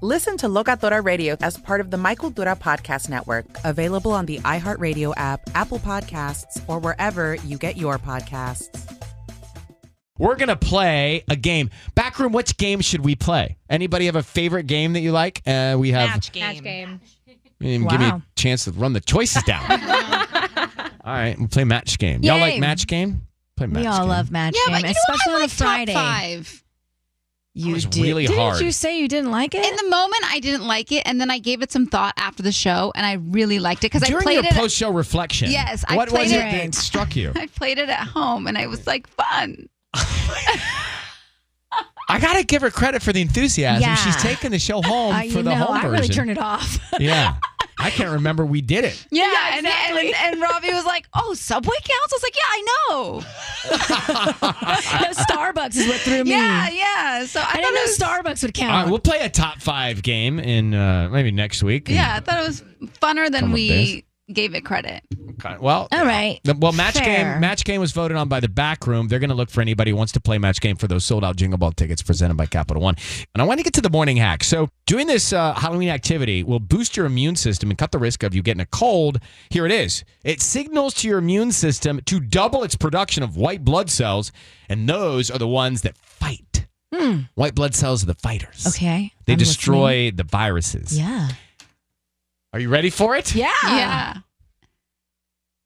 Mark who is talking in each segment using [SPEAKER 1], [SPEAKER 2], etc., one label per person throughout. [SPEAKER 1] Listen to Locatora Radio as part of the Michael Dura Podcast Network, available on the iHeartRadio app, Apple Podcasts, or wherever you get your podcasts.
[SPEAKER 2] We're gonna play a game. Backroom, which game should we play? Anybody have a favorite game that you like? Uh, we have.
[SPEAKER 3] Match game.
[SPEAKER 2] Mm, Give me
[SPEAKER 1] Wow.
[SPEAKER 2] a chance to run the choices down. all right, we'll play match game. Y'all like
[SPEAKER 3] Yay.
[SPEAKER 2] match game? Play match
[SPEAKER 3] we all
[SPEAKER 2] game.
[SPEAKER 3] love match
[SPEAKER 4] Yeah,
[SPEAKER 3] game,
[SPEAKER 4] but you
[SPEAKER 3] especially
[SPEAKER 4] know, I
[SPEAKER 3] on a
[SPEAKER 4] like
[SPEAKER 3] Friday.
[SPEAKER 4] Top five.
[SPEAKER 2] That
[SPEAKER 3] You
[SPEAKER 2] was
[SPEAKER 3] did.
[SPEAKER 2] really
[SPEAKER 3] Didn't
[SPEAKER 2] hard.
[SPEAKER 3] you say you didn't like it?
[SPEAKER 4] In the moment, I didn't like it, and then I gave it some thought after the show, and I really liked it because I
[SPEAKER 2] During your
[SPEAKER 4] played it.
[SPEAKER 2] post-show reflection,
[SPEAKER 4] Yes, I
[SPEAKER 2] what was
[SPEAKER 4] played
[SPEAKER 2] it
[SPEAKER 4] it-
[SPEAKER 2] that struck you?
[SPEAKER 4] I played it at home, and I was like, fun.
[SPEAKER 2] I gotta give her credit for the enthusiasm.
[SPEAKER 3] Yeah.
[SPEAKER 2] She's taking the show home
[SPEAKER 3] Uh,
[SPEAKER 2] for
[SPEAKER 3] you
[SPEAKER 2] the
[SPEAKER 3] know,
[SPEAKER 2] home
[SPEAKER 3] I
[SPEAKER 2] version.
[SPEAKER 3] really turned it off.
[SPEAKER 2] yeah, I can't remember we did it.
[SPEAKER 4] Yeah, and- and, and, Robbie was like, oh, Subway counts. I was like, yeah, I know.
[SPEAKER 3] No, Starbucks is what threw me.
[SPEAKER 4] Yeah, yeah. So I,
[SPEAKER 3] I
[SPEAKER 4] thought
[SPEAKER 3] didn't
[SPEAKER 4] it
[SPEAKER 3] know
[SPEAKER 4] was,
[SPEAKER 3] Starbucks would
[SPEAKER 2] All right,
[SPEAKER 3] count.
[SPEAKER 2] we'll play a top five game in uh, maybe next week.
[SPEAKER 4] Yeah, I thought it was funner than
[SPEAKER 2] Come on,
[SPEAKER 4] we gave it credit.
[SPEAKER 2] Okay, Well,
[SPEAKER 3] All right.
[SPEAKER 2] The- Well, match
[SPEAKER 3] Fair.
[SPEAKER 2] game. Match game was voted on by the back room. They're going to look for anybody who wants to play match game for those sold out Jingle Ball tickets presented by Capital One. And I want to get to the morning hack. So, doing this uh, Halloween activity will boost your immune system and cut the risk of you getting a cold. Here it is. It signals to your immune system to double its production of white blood cells, and those are the ones that fight. White blood cells are the fighters.
[SPEAKER 3] Hmm. Okay.
[SPEAKER 2] They
[SPEAKER 3] I'm
[SPEAKER 2] destroy the viruses.
[SPEAKER 3] listening. Yeah.
[SPEAKER 2] Are you ready for it?
[SPEAKER 3] Yeah.
[SPEAKER 4] Yeah.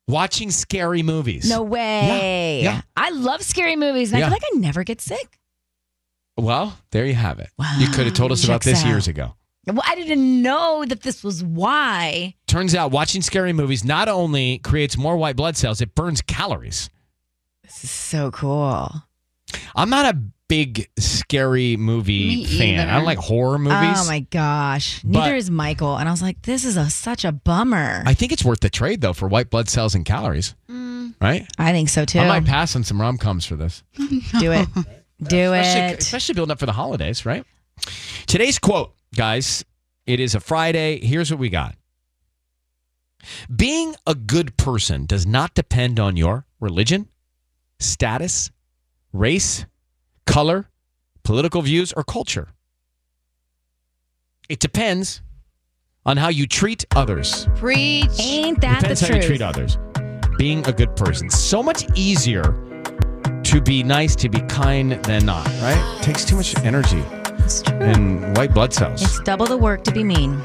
[SPEAKER 2] Watching scary movies.
[SPEAKER 3] No way.
[SPEAKER 2] Yeah, yeah.
[SPEAKER 3] I love scary movies, and I
[SPEAKER 2] Yeah.
[SPEAKER 3] feel like I never get sick.
[SPEAKER 2] Well, there you have it. You could have told us about
[SPEAKER 3] Checks
[SPEAKER 2] this
[SPEAKER 3] out.
[SPEAKER 2] years ago.
[SPEAKER 3] Well, I didn't know that this was why.
[SPEAKER 2] Turns out watching scary movies not only creates more white blood cells, it burns calories.
[SPEAKER 3] This is so cool.
[SPEAKER 2] I'm not a big scary movie
[SPEAKER 4] Me
[SPEAKER 2] fan. I
[SPEAKER 4] either.
[SPEAKER 2] don't like horror movies.
[SPEAKER 3] Oh my gosh.
[SPEAKER 2] But-
[SPEAKER 3] Neither is Michael. And I was like, this is a, such a bummer.
[SPEAKER 2] I think it's worth the trade though for white blood cells and calories, right?
[SPEAKER 3] I think so too.
[SPEAKER 2] I might pass on some rom coms for this,
[SPEAKER 3] Do it. Do
[SPEAKER 2] especially,
[SPEAKER 3] it.
[SPEAKER 2] especially building up for the holidays, right? Today's quote, guys. It is a Friday. Here's what we got. Being a good person does not depend on your religion, status, race, color, political views, or culture. It depends on how you treat others.
[SPEAKER 4] Preach.
[SPEAKER 3] Ain't that
[SPEAKER 2] depends
[SPEAKER 3] the
[SPEAKER 2] how
[SPEAKER 3] truth?
[SPEAKER 2] you treat others. Being a good person. So much easier to be nice, to be kind than not, right? Takes too much energy
[SPEAKER 3] It's true.
[SPEAKER 2] and white blood cells.
[SPEAKER 3] It's double the work to be mean.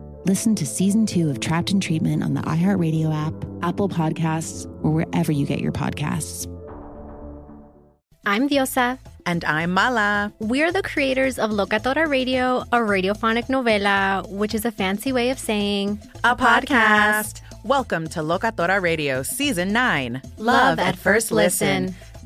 [SPEAKER 5] Listen to season two of Trapped in Treatment on the iHeartRadio app, Apple Podcasts, or wherever you get your podcasts.
[SPEAKER 6] I'm Diosa.
[SPEAKER 7] And I'm Mala.
[SPEAKER 6] We are the creators of Locatora Radio, a radiophonic novela, which is a fancy way of saying
[SPEAKER 7] a, a podcast. podcast. Welcome to Locatora Radio Season 9
[SPEAKER 6] Love, love at, at First, first listen. listen.